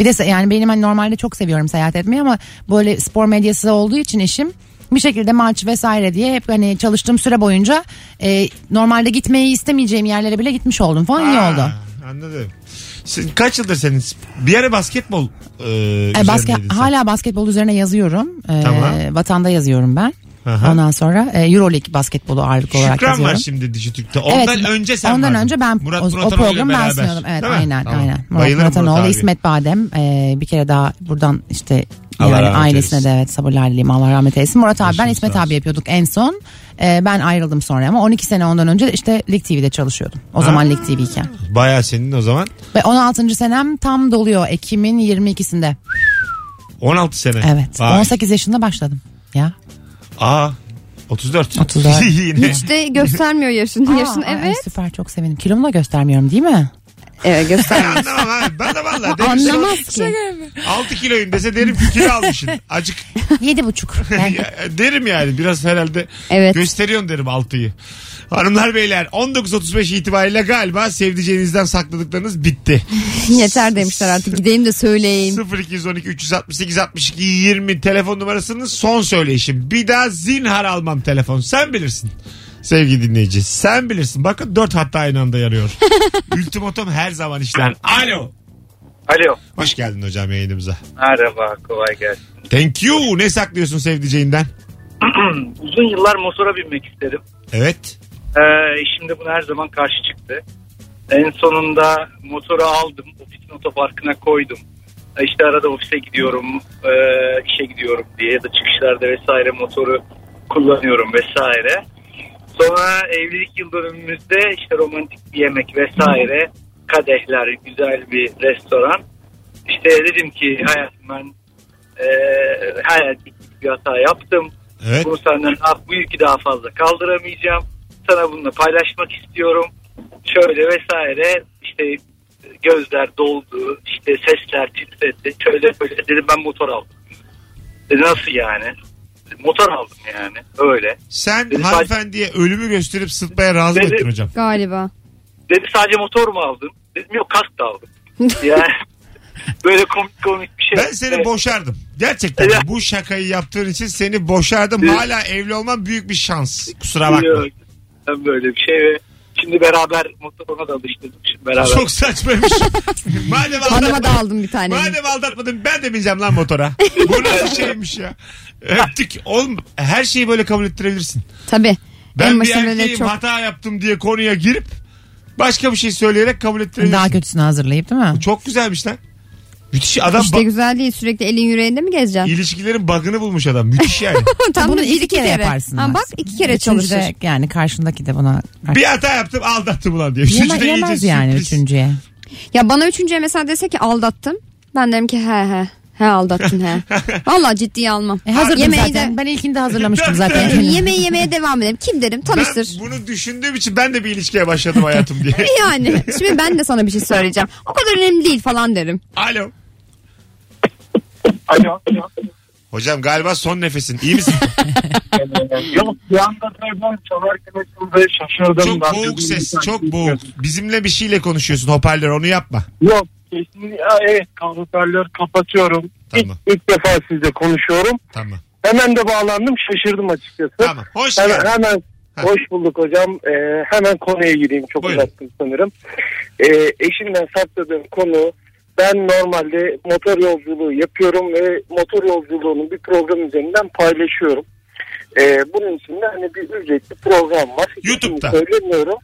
Bir de se- yani benim hani normalde çok seviyorum seyahat etmeyi ama böyle spor medyası olduğu için eşim bir şekilde maç vesaire diye hep hani çalıştığım süre boyunca e, normalde gitmeyi istemeyeceğim yerlere bile gitmiş oldum falan iyi
Aa,
oldu. E,
Anladım. Sen, kaç yıldır senin bir ara basketbol e,
E, baske-
üzerindeydin sen.
hala basketbol üzerine yazıyorum. E,
Tamam.
Vatanda yazıyorum ben.
Aha.
Ondan sonra e, Euroleague basketbolu ağırlıklı olarak
Şükran
yazıyorum.
var şimdi Dijitürk'te. Ondan
Evet,
önce sen
Ondan
vardın.
önce ben
Murat
o, o
Muratanoğlu ile
programı ben
beraber.
sunuyordum. Evet
Değil mi?
aynen
Tamam.
aynen. Murat
Bayılırım
Muratanoğlu,
abi.
İsmet Badem e, bir kere daha buradan işte
Allah
yani
rahmet
ailesine
eylesin.
de evet sabırlar dileyim Allah rahmet eylesin. Murat abi ben
Başınız
İsmet
sağ
abi yapıyorduk en son. E, ben ayrıldım sonra ama 12 sene ondan önce işte Lig TV'de çalışıyordum. O zaman Lig TV iken.
Baya senin o zaman
Ve 16. senem tam doluyor Ekim'in 22'sinde.
16 sene.
Evet.
Vay.
18 yaşında başladım. Ya.
Aa 34.
34.
(laughs) Yine.
Hiç de göstermiyor yaşını. yaşını
Aa, ay,
evet.
Süper çok sevindim. Kilomu da göstermiyorum değil mi?
Evet
(laughs)
göstermiyor.
Anlamam abi. Ben de valla derim sen
Anlamaz ki.
6 kiloyum dese derim ki kilo almışsın. Acık
7,5.
(laughs)
Ben
Ya, derim yani biraz herhalde
Evet.
gösteriyorsun derim 6'yı. Hanımlar beyler 19.35 itibariyle galiba sevdiceğinizden sakladıklarınız bitti.
(laughs) Yeter demişler artık. Gideyim de söyleyeyim.
0212 368 62 20 telefon numarasının son söyleyişi. Bir daha zinhar almam telefon. Sen bilirsin. Sevgili dinleyici sen bilirsin. Bakın 4 hatta aynı anda yarıyor. Ultimatum her zaman işler. Alo.
Alo.
Hoş geldin hocam yayınımıza.
Merhaba kolay gelsin.
Thank you. Ne saklıyorsun sevdiceğinden?
(clears throat) uzun yıllar motora binmek isterim.
Evet.
Ee, eşim de buna her zaman karşı çıktı. En sonunda motoru aldım. Ofisin otoparkına koydum. Ee, İşte arada ofise gidiyorum, e, işe gidiyorum diye ya da çıkışlarda vesaire motoru kullanıyorum vesaire. Sonra evlilik yıl dönümümüzde işte romantik bir yemek vesaire kadehler, güzel bir restoran. İşte dedim ki hayatım ben e, hayat bir hata yaptım.
Evet.
Bunu senden ah, bu yükü daha fazla kaldıramayacağım. Sana bununla paylaşmak istiyorum. Şöyle vesaire işte gözler doldu, işte sesler titredi. Şöyle böyle dedim ben motor aldım. Dedi, nasıl yani? Dedim, Motor aldım yani öyle.
Sen
Dedi,
hanımefendiye ölümü gösterip sırtmaya razı mı
Dedi-
ettin hocam?
Galiba.
Dedi sadece motor mu aldın? Dedim yok kask da
(laughs)
aldım. Yani böyle komik komik bir şey.
Ben seni boşardım. Gerçekten
Evet.
bu şakayı yaptığın için seni boşardım.
Evet.
Hala evli olman büyük bir şans. Kusura bakma.
Yok, ben böyle bir şey ve şimdi beraber motoruna da alıştırdık. Şimdi beraber.
Çok saçmaymış. madem,
Hanıma da
aldatmadın,
aldım bir tane.
madem aldatmadın ben de bineceğim lan motora. Bu nasıl şeymiş ya. Öptük. Oğlum her şeyi böyle kabul ettirebilirsin.
Tabii. en
Ben bir
başında öyle
erkeğim
çok
hata yaptım diye konuya girip başka bir şey söyleyerek kabul ettirebilirsin.
Daha kötüsünü hazırlayıp değil mi?
Çok güzelmiş lan. Müthiş adam
işte
ba-
güzel değil sürekli elin yüreğinde mi gezeceksin?
ilişkilerin bug'ını bulmuş adam. Müthiş yani.
Tam
Bunu
bir
iki kere, yaparsın.
Ha, bak
aslında.
iki kere
Üçüncü de
çalışır.
yani karşındaki de buna
bir hata yaptım aldattım ulan diye.
Yeme-
Üçüncü de
yemez
iyice
yani
sürpriz.
üçüncüye.
Ya bana üçüncüye mesela dese ki aldattım. Ben derim ki he he. He aldattın he. Valla ciddiye almam.
E hazırdım
Yemeği
zaten.
de-
Ben
(laughs)
ilkinde hazırlamıştım
Yani
zaten.
yemeği yemeye devam edelim. Kim derim tanıştır.
Ben bunu düşündüğüm için ben de bir ilişkiye başladım hayatım diye.
Yani şimdi ben de sana bir şey söyleyeceğim. O kadar önemli değil falan derim. (laughs)
Alo.
Alo.
Hocam galiba son nefesin. İyi misin?
Ee, Yok bir anda telefon çalarken açıldı şaşırdım.
çok
Ben
boğuk
dedim,
ses.
bir
Çok
saniye.
boğuk. Bizimle bir şeyle konuşuyorsun hoparlör onu yapma.
Yok kesinlikle Aa, evet kaloriferleri kapatıyorum.
Tamam.
İlk, ilk defa sizle konuşuyorum.
Tamam.
Hemen de bağlandım şaşırdım açıkçası.
Tamam. Hoş
Hemen,
geldin.
hemen
Ha.
hoş bulduk hocam. Ee, hemen konuya gireyim. Çok
Buyurun.
uzattım sanırım. Ee, eşimden sakladığım konu ben normalde motor yolculuğu yapıyorum ve motor yolculuğunun bir program üzerinden paylaşıyorum. Ee, bunun için de hani bir ücretli program var. İsmini
YouTube'da.
Söylemiyorum.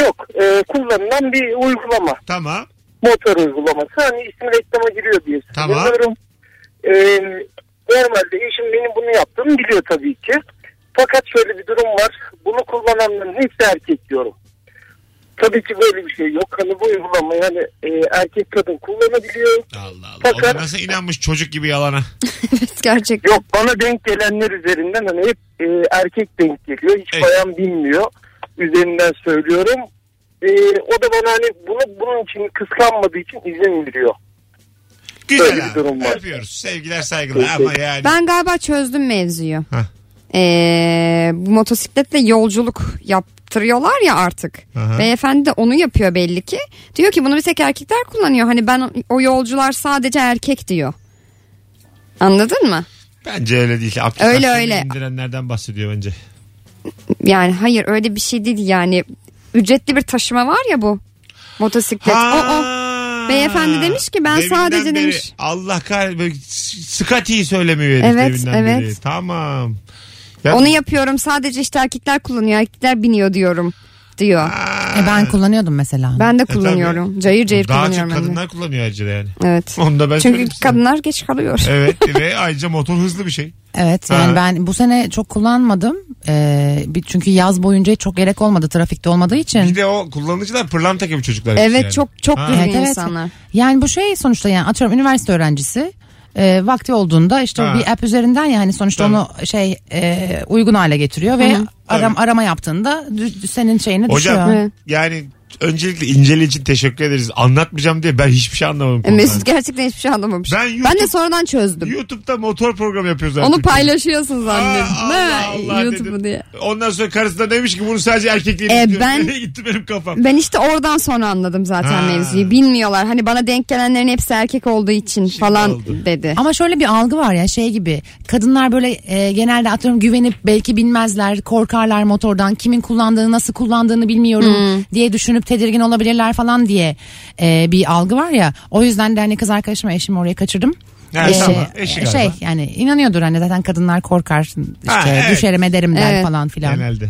Yok e, kullanılan bir uygulama
Tamam.
motor uygulaması. Hani ismi reklama giriyor diye
Tamam.
söylüyorum. Ee, normalde eşim benim bunu yaptığımı biliyor tabii ki. Fakat şöyle bir durum var. Bunu kullananların hepsi erkek diyorum. Tabii ki böyle bir şey yok. Hani bu uygulama yani e, erkek kadın kullanabiliyor.
Allah Allah. O da
Fakat-
nasıl inanmış çocuk gibi yalana.
Evet gerçekten.
Yok bana denk gelenler üzerinden hani hep e, erkek denk geliyor. Hiç
Evet.
bayan bilmiyor. Üzerinden söylüyorum. E, o da bana hani bunu bunun için kıskanmadığı için izin veriyor. Böyle
Güzel
bir
abi.
durum var.
Öpüyoruz. Sevgiler saygılar ama yani.
Ben galiba çözdüm mevzuyu.
Hah.
Ee, bu motosikletle yolculuk yaptırıyorlar ya artık.
Aha.
Beyefendi de onu yapıyor belli ki. Diyor ki bunu bir tek erkekler kullanıyor. Hani ben o yolcular sadece erkek diyor. Anladın mı?
Bence öyle değil. Aplikasyonu
Öyle, öyle.
indirenlerden bahsediyor bence.
Yani hayır öyle bir şey değil yani. Ücretli bir taşıma var ya bu motosiklet. O, o. Beyefendi demiş ki, ben sadece
beri,
demiş-
Allah kahretsin. Scotty'yi söylemiyor herif
Evet,
deminden
evet.
beri. Tamam. Ya-
Onu yapıyorum sadece işte erkekler kullanıyor. Erkekler biniyor diyorum diyor.
Aa.
E ben kullanıyordum mesela.
Ben de
E, tabii.
kullanıyorum. Cayır cayır
Daha çok
kullanıyorum ben de.
kadınlar kullanıyor ayrıca da yani.
Evet.
Onu da ben söyleyeyim
Çünkü
size.
kadınlar geç kalıyor.
Evet ve ayrıca motor hızlı bir şey.
Evet
Ha.
yani ben bu sene çok kullanmadım. Ee, bir- çünkü yaz boyunca çok gerek olmadı trafikte olmadığı için.
Bir de o kullanıcılar pırlanta gibi çocuklar.
Evet
yani.
çok çok
Ha.
düzgün
Evet, evet.
insanlar.
Yani bu şey sonuçta yani atıyorum üniversite öğrencisi e, vakti olduğunda işte
Ha.
bir app üzerinden yani sonuçta
Tabii.
onu şey e, uygun hale getiriyor ve aram,
Tabii.
arama yaptığında dü- dü- senin şeyine
Hocam
düşüyor.
Evet.
yani öncelikle inceliği için teşekkür ederiz. Anlatmayacağım diye ben hiçbir şey anlamadım.
E,
konudan.
Mesut gerçekten hiçbir şey anlamamış.
Ben
Ben,
YouTube-
de sonradan çözdüm.
YouTube'da motor programı yapıyoruz.
Onu
artık.
paylaşıyorsun
Aa,
zannedin.
Allah
değil mi?
Allah
YouTube'u
dedim.
diye.
Ondan sonra karısı da demiş ki bunu sadece erkeklerin
E,
izliyor.
ben- E,
Nereye (laughs) gitti benim kafam?
Ben işte oradan sonra anladım zaten
Ha.
mevzuyu. Bilmiyorlar. Hani bana denk gelenlerin hepsi erkek olduğu için falan
oldu.
dedi.
Ama şöyle bir algı var ya şey gibi kadınlar böyle e, genelde atıyorum güvenip belki binmezler korkarlar motordan kimin kullandığını nasıl kullandığını bilmiyorum diye düşünüp tedirgin olabilirler falan diye e, bir algı var ya o yüzden de hani kız arkadaşıma eşimi oraya kaçırdım.
Ha,
Ee,
tamam. Eşi
şey
galiba.
yani inanıyordur hani zaten kadınlar korkar işte
Ha, evet.
düşerim ederim der
Evet.
falan filan.
Genelde.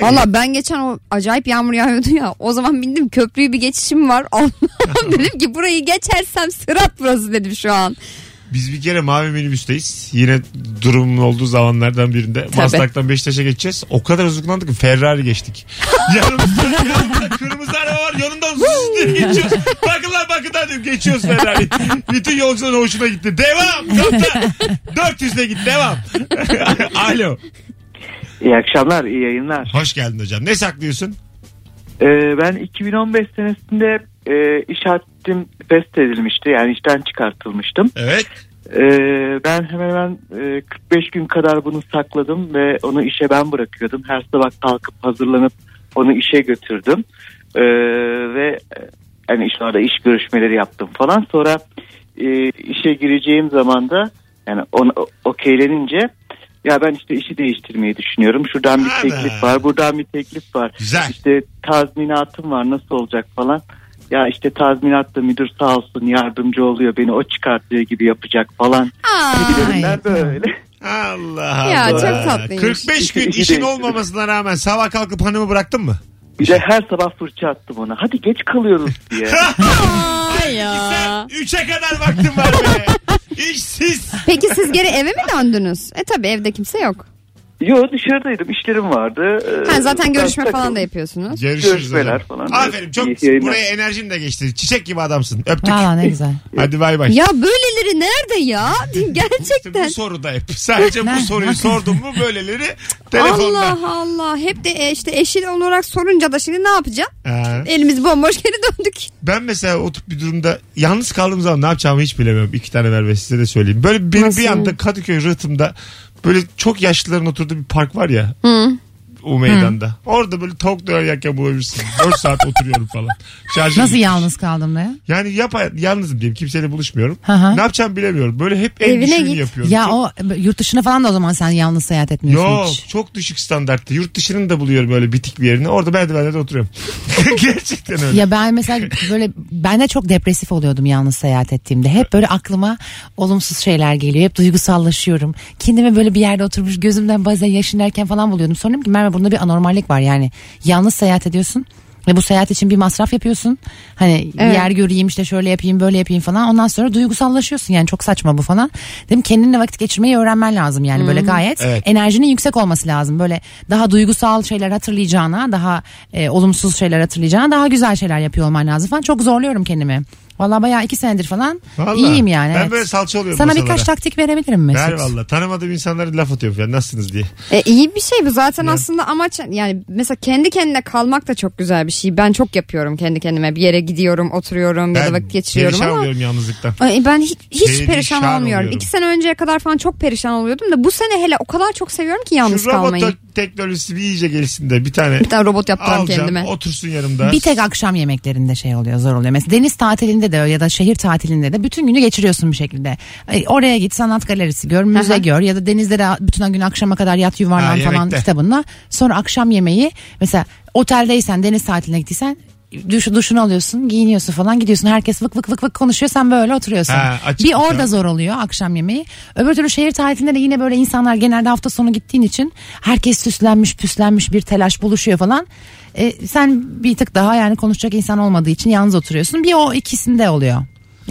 Valla ben geçen o acayip yağmur yağıyordu ya. O zaman bindim köprüyü bir geçişim var. (laughs) Allah'ım dedim ki burayı geçersem sırat burası dedim şu an.
Biz bir kere mavi minibüsteyiz. Yine durumun olduğu zamanlardan birinde. Maslak'tan Beşiktaş'a geçeceğiz. O kadar hızlandık ki Ferrari geçtik.
(laughs)
Yanımızda, yanımızda kırmızı araba var. Yanından zzz diye geçiyoruz. Bakın lan bakın lan dedim. Geçiyoruz Ferrari. Bütün yolcuların hoşuna gitti. Devam. Kaptan. 400'le git devam. (laughs) Alo.
İyi akşamlar, iyi yayınlar.
Hoş geldin hocam. Ne saklıyorsun?
Ee, ben 2015 senesinde e, iş haddim fest edilmişti. Yani işten çıkartılmıştım.
Evet.
Ee, ben hemen hemen e, 45 gün kadar bunu sakladım ve onu işe ben bırakıyordum. Her sabah kalkıp hazırlanıp onu işe götürdüm. Ee, ve e, hani işte orada iş görüşmeleri yaptım falan. Sonra e, işe gireceğim zaman da yani ona okeylenince ya ben işte işi değiştirmeyi düşünüyorum. Şuradan bir teklif var, buradan bir teklif var. İşte tazminatım var nasıl olacak falan. Ya işte tazminatta müdür sağ olsun yardımcı oluyor beni o çıkartıyor gibi yapacak falan. Gibilerinden böyle.
Allah Allah.
Ya, çok tatlıymış.
45 gün
İki- iki
işin
de-
olmasına rağmen sabah kalkıp hanımı bıraktın
(laughs)
mı?
Bir de her sabah fırça attım ona. Hadi geç kalıyoruz diye.
ya. 3'e kadar vaktim var be. İşsiz.
Peki siz geri eve mi döndünüz? E tabi evde kimse yok.
Yo dışarıdaydım işlerim vardı. Ee,
Ha, zaten görüşme
ben
falan da
takıldım.
yapıyorsunuz.
Görüşmeler falan.
Aferin çok
İyi yayınlar.
buraya enerjin de geçti. Çiçek gibi adamsın. Öptük.
Valla ne güzel.
Hadi bay bay.
Ya böyleleri nerede ya?
İşte
Gerçekten.
bu soru da hep. Sadece bu
Ne?
soruyu sordum mu böyleleri telefonda.
Allah Allah. Hep de e, işte eşin olarak sorunca da şimdi ne yapacağım?
Ha.
Elimiz bomboş geri döndük.
Ben mesela oturup bir durumda yalnız kaldığım zaman ne yapacağımı hiç bilemiyorum. İki tane ver ve size de söyleyeyim. Böyle bir, bir anda Kadıköy rıhtımda böyle çok yaşlıların oturduğu bir park var ya. O meydanda. Orada böyle tavuk döner yerken bulabilirsin. 4 saat oturuyorum falan. Şarjım
Nasıl
bitmiş.
yalnız kaldım da ya?
Yani yap yalnızım diyeyim. Kimseyle buluşmuyorum.
Hı hı.
Ne yapacağımı bilemiyorum. Böyle hep en
Evine
düşüğünü
git.
yapıyorum.
Ya
Çok-
o yurt dışına falan da o zaman sen yalnız seyahat etmiyorsun
Yok
hiç.
çok düşük standartta. Yurt dışının da buluyorum böyle bitik bir yerini. Orada merdivenlerde oturuyorum. (laughs) Gerçekten öyle.
Ya ben mesela böyle ben de çok depresif oluyordum yalnız seyahat ettiğimde. Hep böyle aklıma olumsuz şeyler geliyor. Hep duygusallaşıyorum. Kendimi böyle bir yerde oturmuş gözümden bazen yaşınarken falan buluyordum. Sonra dedim ki Merve bunda bir anormallik var yani. Yalnız seyahat ediyorsun ve bu seyahat için bir masraf yapıyorsun. Hani
Evet.
yer göreyim işte şöyle yapayım böyle yapayım falan. Ondan sonra duygusallaşıyorsun yani çok saçma bu falan. Dedim kendinle vakit geçirmeyi öğrenmen lazım yani böyle
Hı.
gayet
Evet.
enerjinin yüksek olması lazım. Böyle daha duygusal şeyler hatırlayacağına, daha e, olumsuz şeyler hatırlayacağına, daha güzel şeyler yapıyor olman lazım falan. Çok zorluyorum kendimi. Vallahi bayağı iki senedir falan
Vallahi.
iyiyim yani.
Ben
evet.
böyle salça oluyorum
Sana
masalara.
birkaç taktik verebilirim Mesut.
Ver valla. Tanımadığım insanlara laf atıyorum ya nasılsınız diye.
E, iyi bir şey bu zaten aslında amaç yani mesela kendi kendine kalmak da çok güzel bir şey. Ben çok yapıyorum kendi kendime bir yere gidiyorum oturuyorum ya da vakit geçiriyorum
perişan
ama.
oluyorum yalnızlıktan.
Ay, ben hiç, hiç
Perişan
perişan, olmuyorum.
oluyorum.
İki sene önceye kadar falan çok perişan oluyordum da bu sene hele o kadar çok seviyorum ki yalnız
Şu robot
kalmayı.
te- teknolojisi bir iyice gelsin de
(laughs)
bir tane
Bir tane robot yaptıralım
alacağım
kendime.
otursun yanımda.
Bir tek akşam yemeklerinde şey oluyor zor oluyor. Mesela deniz tatilinde de ya da şehir tatilinde de bütün günü geçiriyorsun bir şekilde. Ay, Oraya git sanat galerisi gör, müze
Aha.
gör ya da denizde de bütün gün akşama kadar yat
Ha,
yuvarlan falan
yemekte.
kitabınla. Sonra akşam yemeği mesela oteldeysen deniz tatiline gittiysen duş, duşunu alıyorsun giyiniyorsun falan gidiyorsun. Herkes vık vık vık vık konuşuyor sen böyle oturuyorsun.
Ha, açık
bir şey.
bir
orada
taraf.
zor oluyor akşam yemeği. Öbür türlü şehir tatilinde de yine böyle insanlar genelde hafta sonu gittiğin için herkes süslenmiş püslenmiş bir telaş buluşuyor falan. E, sen bir tık daha yani konuşacak insan olmadığı için yalnız oturuyorsun. Bir o ikisinde oluyor.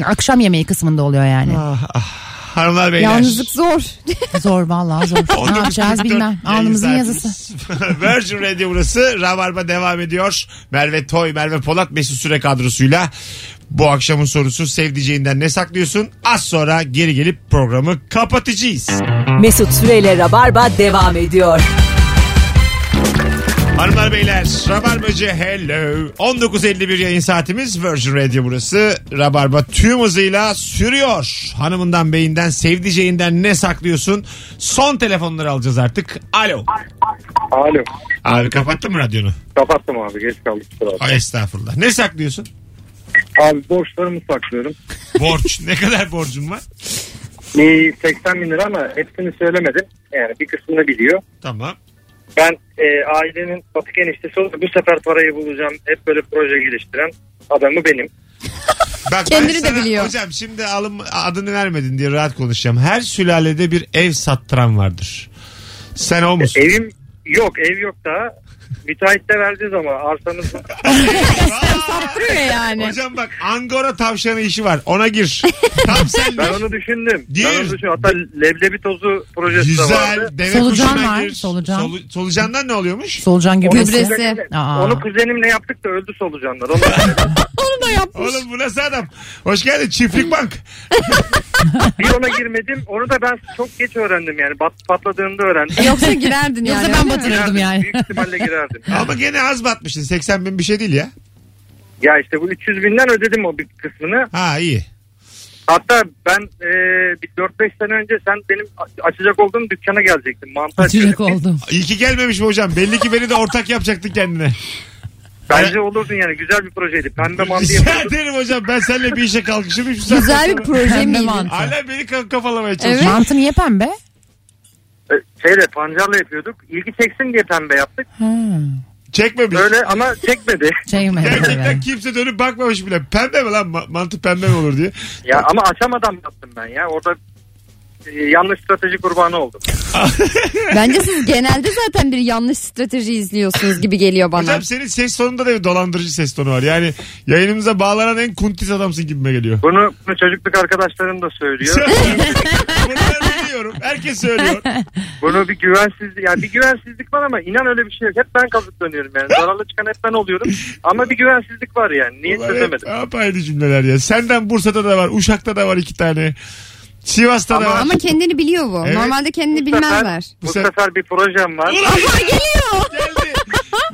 Akşam yemeği kısmında oluyor yani.
Ah, ah. Hanımlar beyler.
Yalnızlık zor.
(laughs) Zor vallahi zor. ne
19.44
yapacağız bilmem.
yayın
Alnımızın
saatimiz.
yazısı.
(laughs) Virgin Radio burası. Rabarba devam ediyor. Merve Toy, Merve Polat, Mesut Süre kadrosuyla. Bu akşamın sorusu sevdiceğinden ne saklıyorsun? Az sonra geri gelip programı kapatacağız.
Mesut Süreyle Rabarba devam ediyor.
Hanımlar beyler Rabarbacı hello 19.51 yayın saatimiz Virgin Radio burası Rabarba tüm hızıyla sürüyor Hanımından beyinden sevdiceğinden ne saklıyorsun son telefonları alacağız artık Alo
Alo.
Abi kapattın mı radyonu?
Kapattım abi. Geç kaldık. kusura bakma.
Ay estağfurullah ne saklıyorsun?
Abi borçlarımı saklıyorum.
Borç ne kadar borcun var?
Ee, 80 bin lira ama hepsini söylemedim. Yani bir kısmını biliyor.
Tamam
Ben e, ailenin batık eniştesi olup bu sefer parayı bulacağım. Hep böyle proje geliştiren adamı benim.
Bak
Kendini
ben
de biliyor.
Hocam şimdi alım adını vermedin diye rahat konuşacağım. Her sülalede bir ev sattıran vardır. Sen o musun?
Evim yok ev yok da müteahhit de vereceğiz ama arsanız
Sattırıyor yani.
Hocam bak Angora tavşanı işi var. Ona gir. Tam sen
ben onu düşündüm. Ben
Gir.
onu düşündüm. Hatta leblebi tozu projesi de vardı.
Güzel. Deve
Solucan
kuşuna
var,
gir.
solucan.
Solu- solucandan ne oluyormuş?
Solucan gübresi.
Gübresi.
Aa.
Onu kuzenimle yaptık da öldü solucanlar. Onu
Onu da yapmış.
Oğlum bu nasıl adam? Hoş geldin çiftlik bank.
bir ona girmedim. Onu da ben çok geç öğrendim yani. Bat- patladığımda öğrendim.
Yoksa girerdin yani.
Yoksa
öyle
ben
mi?
batırırdım yani.
Büyük ihtimalle girerdim.
Ama gene az batmışsın. 80 bin bir şey değil ya.
Ya işte bu 300 binden ödedim o bir kısmını.
Ha iyi.
Hatta ben e, bir 4-5 sene önce sen benim a- açacak olduğum dükkana gelecektin. Mantı
Açacak
açıyordun.
oldum.
İyi ki gelmemiş mi hocam? Belli ki beni de ortak yapacaktın kendine.
Bence olurdun yani. Güzel bir projeydi. Pembe
(laughs)
mantı
Rica
yapıyordun.
ederim hocam. Ben seninle bir işe kalkışırım. Hiç
Güzel bir proje
Pembe
miydi?
mantı.
Hala beni ka- kafalamaya çalışıyor.
Mantı niye pembe?
E, Şeyle pancarla yapıyorduk. İlgi çeksin diye pembe yaptık.
Ha.
Çekmemiş.
Öyle ama çekmedi. (laughs)
Şey mi?
Gerçekten kimse dönüp bakmamış bile. Pembe mi lan? Ma- Mantı pembe mi olur diye.
Ya ama aşamadan yaptım ben ya. Orada e, yanlış strateji kurbanı oldum.
Bence siz genelde zaten bir yanlış strateji izliyorsunuz gibi geliyor bana.
Hocam senin ses tonunda da bir dolandırıcı ses tonu var. Yani yayınımıza bağlanan en kuntiz adamsın gibime
(laughs)
geliyor.
Bunu, bunu çocukluk arkadaşlarım da söylüyor.
(laughs) Bunu ben biliyorum. Herkes söylüyor.
Bunu bir güvensizlik yani bir güvensizlik var ama inan öyle bir şey yok. Hep ben kazıklanıyorum yani. Zararlı çıkan hep ben oluyorum. Ama bir güvensizlik var yani. Niye
Ulan hep
çözemedim?
Apayrı cümleler ya. Senden Bursa'da da var. Uşak'ta da var iki tane. Sivas'ta da var.
Ama kendini biliyor bu.
şey. Evet.
Normalde kendini
Bu sefer-
bilmezler.
Bu sefer bir projem var.
Ulan
Aha geliyor.
geldi.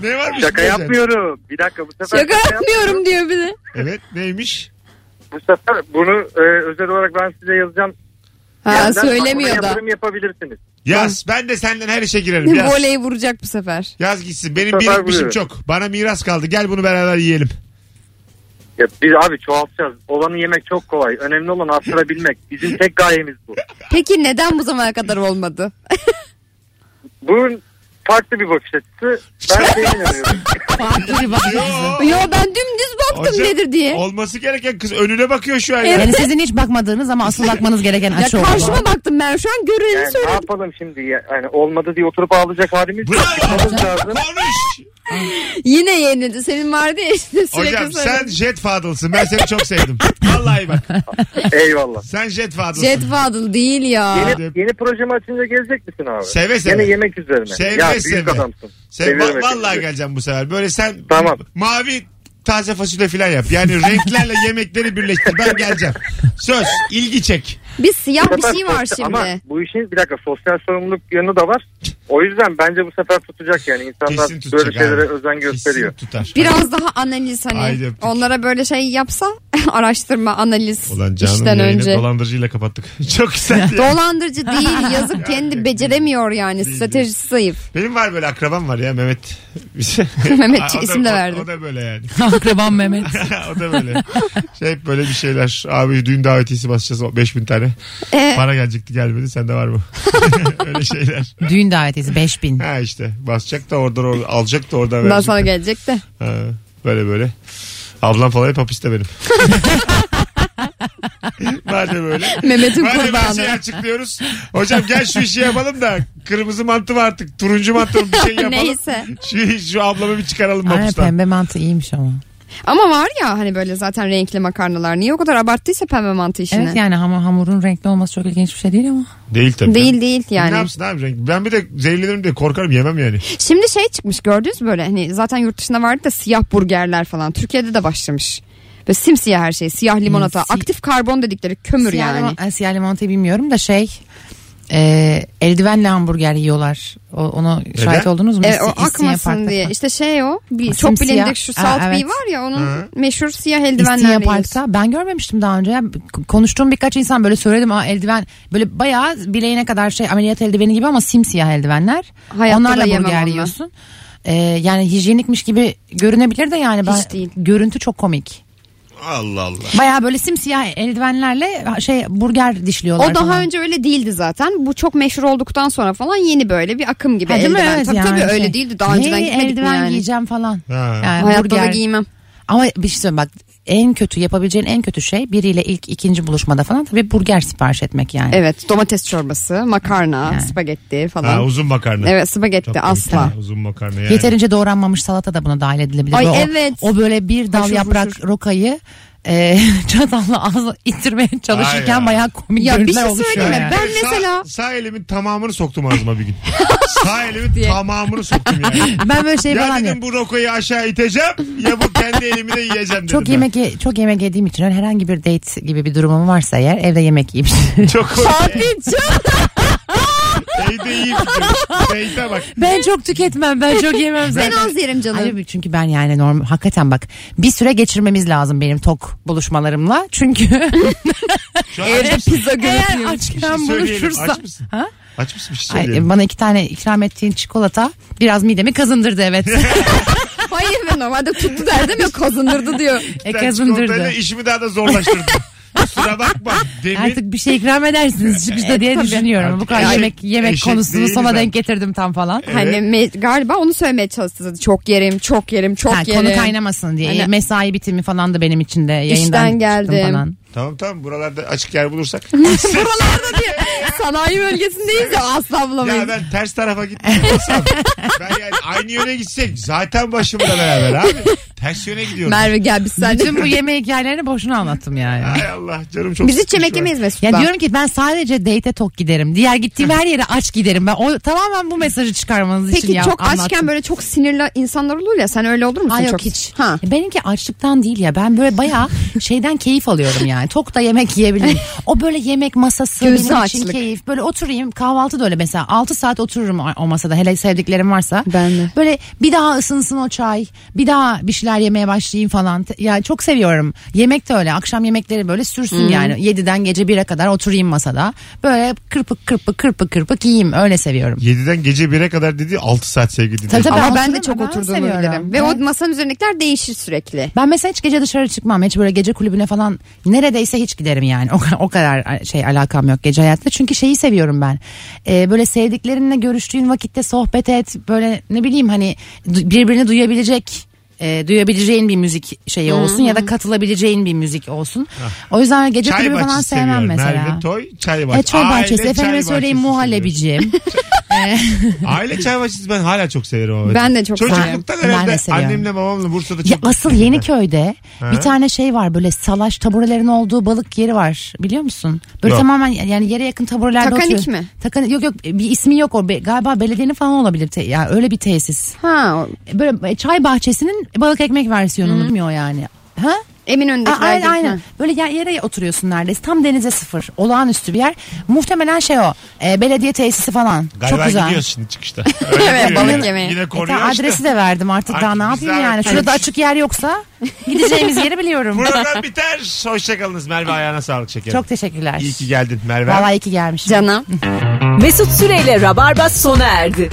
Ne varmış?
Şaka
bu hocam?
yapmıyorum. Bir dakika bu sefer
Şaka yapmıyorum diyor bir de.
Evet neymiş?
Bu sefer bunu e, özel olarak ben size yazacağım.
Ha
Yerden
söylemiyor
aklıma
da.
(laughs)
Yatırım yapabilirsiniz.
Yaz. Ben de senden her işe girerim. Yaz.
Voleyi vuracak bu sefer.
Yaz gitsin. Benim
Sefer
birikmişim
buyurun.
çok. Bana miras kaldı. Gel bunu beraber yiyelim.
Ya biz abi çoğaltacağız. Olanı yemek çok kolay. Önemli olan arttırabilmek. Bizim tek gayemiz bu.
Peki neden bu zamana kadar
(laughs)
olmadı?
Bunun farklı bir bakış açısı.
(laughs)
Ben şey inanıyorum.
Farklı bir bakış açısı.
Yo ben dümdüz baktım
Hocam,
nedir diye.
Olması gereken kız önüne bakıyor şu an. ya.
Yani sizin hiç bakmadığınız ama asıl bakmanız gereken
Ya
açı oldu.
karşıma baktım ben şu an görüneni
Yani ne
söyledim.
yapalım şimdi? ya? Yani olmadı diye oturup ağlayacak halimiz yok.
Bravo.
Çıkmamız lazım.
Konuş.
Yine yenildi. Senin vardı ya işte sürekli
Hocam sen
söyledim.
jet fadılsın. Ben seni çok
(laughs)
sevdim. Vallahi bak.
Eyvallah.
Sen jet fadılsın.
Jet Waddle değil ya.
Yeni,
Adem.
yeni projemi açınca gelecek misin abi?
Seve seve.
Yine yemek üzerine.
Seve
ya
seve.
büyük adamsın.
Sen
Seviyorum
va-
hepinizi.
vallahi geleceğim bu sefer. Böyle sen
Tamam.
mavi taze fasulye falan yap.
(laughs)
Yani renklerle yemekleri birleştir. Ben geleceğim. Söz, ilgi çek.
Bir siyah
Bu
bir
sefer
şey var
sosyal-
şimdi.
Ama bu işin bir dakika sosyal sorumluluk yanı da var. O yüzden bence bu sefer tutacak yani. İnsanlar
Kesin tutacak.
böyle şeylere
abi.
özen gösteriyor.
Kesin tutar.
Biraz daha analiz hani.
Haydi öptük.
Onlara böyle şey yapsa (laughs) araştırma analiz
Ulan canım
işten
yayını
önce.
dolandırıcıyla kapattık. (laughs) Çok güzel. ya.
Dolandırıcı değil
(laughs)
yazık kendi beceremiyor yani stratejisi zayıf.
Benim var böyle akrabam var
(laughs)
ya Mehmet.
Mehmetçik
(laughs) O da-
isim de
o-
verdi.
O da böyle yani.
(laughs)
(laughs)
Akraban Mehmet.
o da böyle. Şey hep böyle bir şeyler. Abi düğün davetiyesi basacağız 5000 tane.
Ee?
(laughs) Para gelecekti gelmedi. Sende var mı? (laughs) Öyle şeyler.
Düğün davetiyesi 5000.
Ha işte basacak da oradan or- alacak da oradan
Ondan
verecek.
sonra gelecek de.
Ha, böyle böyle. Ablam falan hep hapiste benim. (laughs) Madem öyle.
Mehmet'in
Madem her
kurbanı.
şeyi açıklıyoruz. Hocam gel şu işi yapalım da kırmızı mantı var artık. Turuncu mantı mı bir şey yapalım.
Neyse.
Şu, şu ablamı bir çıkaralım
Aynen
hapisten.
pembe mantı iyiymiş ama.
Ama var ya hani böyle zaten renkli makarnalar. Niye o kadar abarttıysa pembe mantı işini.
Evet yani ham- hamurun renkli olması çok ilginç bir şey değil ama.
Değil tabii.
Değil değil
Ne
yani.
yapsın abi renk? Ben bir de zehirlenirim diye korkarım
(laughs)
yemem yani.
Şimdi şey çıkmış gördünüz mü böyle hani zaten yurt dışında vardı da siyah burgerler falan. Türkiye'de de başlamış. Ve simsiyah her şey. Siyah limonata.
Hmm, si-
aktif karbon dedikleri kömür
Siyah
yani.
limon- Ay, siyah limonatayı bilmiyorum da şey e, eldivenle hamburger yiyorlar. O, ona şahit oldunuz mu?
E,
İs-
o
İstinye
akmasın
Park'ta
diye.
falan.
İşte şey o. Bir,
Ha,
çok
simsiyah.
bilindik şu
Ha,
Salt
evet.
Bey var ya onun
Hı.
meşhur siyah
İstinye
eldivenlerle. yiyorsun.
Park'ta ben görmemiştim daha önce. ya. K- Konuştuğum birkaç insan böyle söyledim Aa, eldiven böyle bayağı bileğine kadar şey ameliyat eldiveni gibi ama simsiyah eldivenler.
Hayatta da
Onlarla
yemem
burger
onu.
yiyorsun. E, yani hijyenikmiş gibi görünebilir de yani ben,
değil.
görüntü çok komik.
Allah Allah.
Bayağı böyle simsiyah eldivenlerle şey burger dişliyorlar.
O daha
falan.
önce öyle değildi zaten. Bu çok meşhur olduktan sonra falan yeni böyle bir akım gibi
Ha, değil mi?
eldiven.
Evet
tabii
yani
tabii
şey.
öyle değildi. Daha önceden
Ne
gitmedik mi
eldiven
yani?
giyeceğim falan.
Ha.
Yani
Hayatta da
burger.
giymem.
Ama bir şey söyleyeyim bak en kötü yapabileceğin en kötü şey biriyle ilk ikinci buluşmada falan tabii burger sipariş etmek yani.
Evet domates çorbası, makarna, spagetti falan.
Ha, uzun makarna.
Evet spagetti asla.
Ha, uzun makarna yani.
Yeterince doğranmamış salata da buna dahil edilebilir.
Ay
Ve o,
evet.
O böyle bir dal
Haşır
yaprak rokayı e, (laughs) çatalla ağzına ittirmeye çalışırken
Ay ya.
bayağı komik
Ya bir
görüntüler
şey
oluşuyor.
söyleyeyim mi?
yani.
Ben mesela-
Sağ, sağ elimin tamamını soktum ağzıma
(laughs)
bir gün. sağ elimin tamamını soktum yani.
Ben böyle
(laughs)
şey
ya
falan
dedim
diyorum.
bu rokoyu aşağı iteceğim ya bu kendi elimle yiyeceğim dedim.
Çok
ben.
yemek ye- çok yemek yediğim için öyle herhangi bir date gibi bir durumum varsa eğer evde yemek yiyeyim.
Çok
Fatih,
Evde iyi fikir. Beyte bak.
(laughs) ben çok tüketmem ben çok yemem
Ben
zaten.
az yerim canım.
Hayır, çünkü ben yani normal hakikaten bak bir süre geçirmemiz lazım benim tok buluşmalarımla. Çünkü
Şu an
Evde
aç mısın?
pizza
(laughs) eğer
görüntüyüm.
Bir şey
açken
söyleyelim.
buluşursa.
Aç mısın?
Ha?
Aç mısın bir şey
Ay,
söyleyelim.
bana iki tane ikram ettiğin çikolata biraz midemi
(laughs)
kazındırdı evet. E,
Hayır ben normalde tuttu derdim ya kazındırdı diyor.
e,
Ben
kazındırdı.
çikolatayla işimi daha da
(laughs)
zorlaştırdım. Kusura bakma. Demin
Artık bir şey ikram edersiniz
E,
çıkışta diye düşünüyorum. Bu
Artık
kadar
eşek-
yemek yemek
eşek
konusunu
değiliz
sona
artık.
denk getirdim tam falan.
Evet.
Hani me- galiba onu söylemeye çalıştı. Çok yerim, çok yerim, çok
Ha,
yerim.
konu kaynamasın diye.
Aynen.
Mesai bitimi falan da benim için de yayından çıktım
geldim.
falan.
Tamam tamam buralarda açık yer
(laughs)
bulursak.
Buralarda diye. Sanayi bölgesindeyiz ya asla bulamayız.
ya ben ters tarafa gitmiyorum. ben yani aynı yöne gitsek zaten başımla beraber abi. Ters yöne gidiyorum.
Merve gel biz sadece.
Bütün bu yeme hikayelerini boşuna anlattım yani.
Ay Allah canım çok
Biz hiç
sıkmış
yemek
var.
yemeyiz Mesut'la.
Ya diyorum ki ben sadece date'e tok giderim. Diğer gittiğim her yere aç giderim. Ben o tamamen bu mesajı çıkarmanız için
Peki
ya-
çok
anlattım.
açken böyle çok sinirli insanlar olur ya sen öyle olur musun?
Ay yok
çok?
hiç.
Ha.
Ya Benimki açlıktan değil ya. Ben
(laughs)
böyle bayağı şeyden keyif alıyorum yani. Tok da yemek yiyebilirim. O böyle yemek masası
Gözü
benim için
açlık.
keyif. Böyle oturayım kahvaltı da öyle mesela. 6 saat otururum o- o masada. Hele sevdiklerim varsa.
Ben de.
Böyle bir daha ısınsın o çay. Bir daha bir şeyler yemeye başlayayım falan. Te- Ya çok seviyorum. Yemek de öyle. Akşam yemekleri böyle sürsün
Hmm.
yani. 7'den gece 1'e kadar oturayım masada. Böyle kırpık kırpık kırpık kırpık yiyeyim. Öyle seviyorum.
7'den gece 1'e kadar dediği 6 saat sevgili dinleyiciler.
Tabii, tabii.
Ama
Ben
ben de
otururum,
çok
ben
oturduğumu
seviyorum.
bilirim. Ve
Evet.
o masanın üzerindekiler değişir sürekli.
Ben mesela hiç gece dışarı çıkmam. Hiç böyle gece kulübüne falan neredeyse hiç giderim yani. O, kadar- o kadar şey alakam yok gece hayatında. Çünkü şeyi seviyorum ben. Ee, böyle sevdiklerinle görüştüğün vakitte sohbet et. Böyle ne bileyim hani du- birbirini duyabilecek e, duyabileceğin bir müzik şeyi olsun ya da katılabileceğin bir müzik olsun. O yüzden gece
Ah. Çay
kulübü falan
bahçesi
sevmem
seviyorum.
mesela.
Merve Toy çay bahçesi.
E, çay bahçesi.
Aile
Efendime
çay
söyleyeyim
bahçesi
muhallebicim. (laughs)
seviyorum. Aile çay bahçesi ben hala çok severim. o.
Ben de çok
Çocukluktan
severim. Ben de
herhalde
seviyorum.
annemle babamla Bursa'da çok.
Ya asıl Yeniköy'de
Ha.
bir tane şey var böyle salaş taburelerin olduğu balık yeri var biliyor musun? Böyle
Yok.
tamamen yani yere yakın taburelerde
Takanik
oturuyor.
mi?
Takanik Yok yok bir ismi yok o Be- galiba belediyenin falan olabilir te- ya öyle bir tesis.
Ha.
Böyle e, çay bahçesinin balık ekmek versiyonunu bilmiyor yani. Ha?
Emin
A-
önündekiler.
aynen aynen. Böyle yer- yere oturuyorsun neredeyse. Tam denize sıfır. Olağanüstü bir yer. Muhtemelen şey o. e, belediye tesisi falan.
Galiba
Çok güzel.
gidiyoruz şimdi çıkışta.
(laughs)
Öyle
Evet,
duruyor
balık
yine.
yemeği.
Yine
E,
konuyu
tamam,
açtı.
adresi de verdim artık,
Artık
daha ne
biz
yapayım
daha-
yani. Şurada açık yer yoksa
(laughs)
gideceğimiz yeri biliyorum.
Program biter. Hoşçakalınız Merve ayağına sağlık şekerim.
Çok teşekkürler.
İyi ki geldin Merve.
Vallahi iyi ki gelmişsin.
Canım.
Mesut Süreyle Rabarba sona erdi.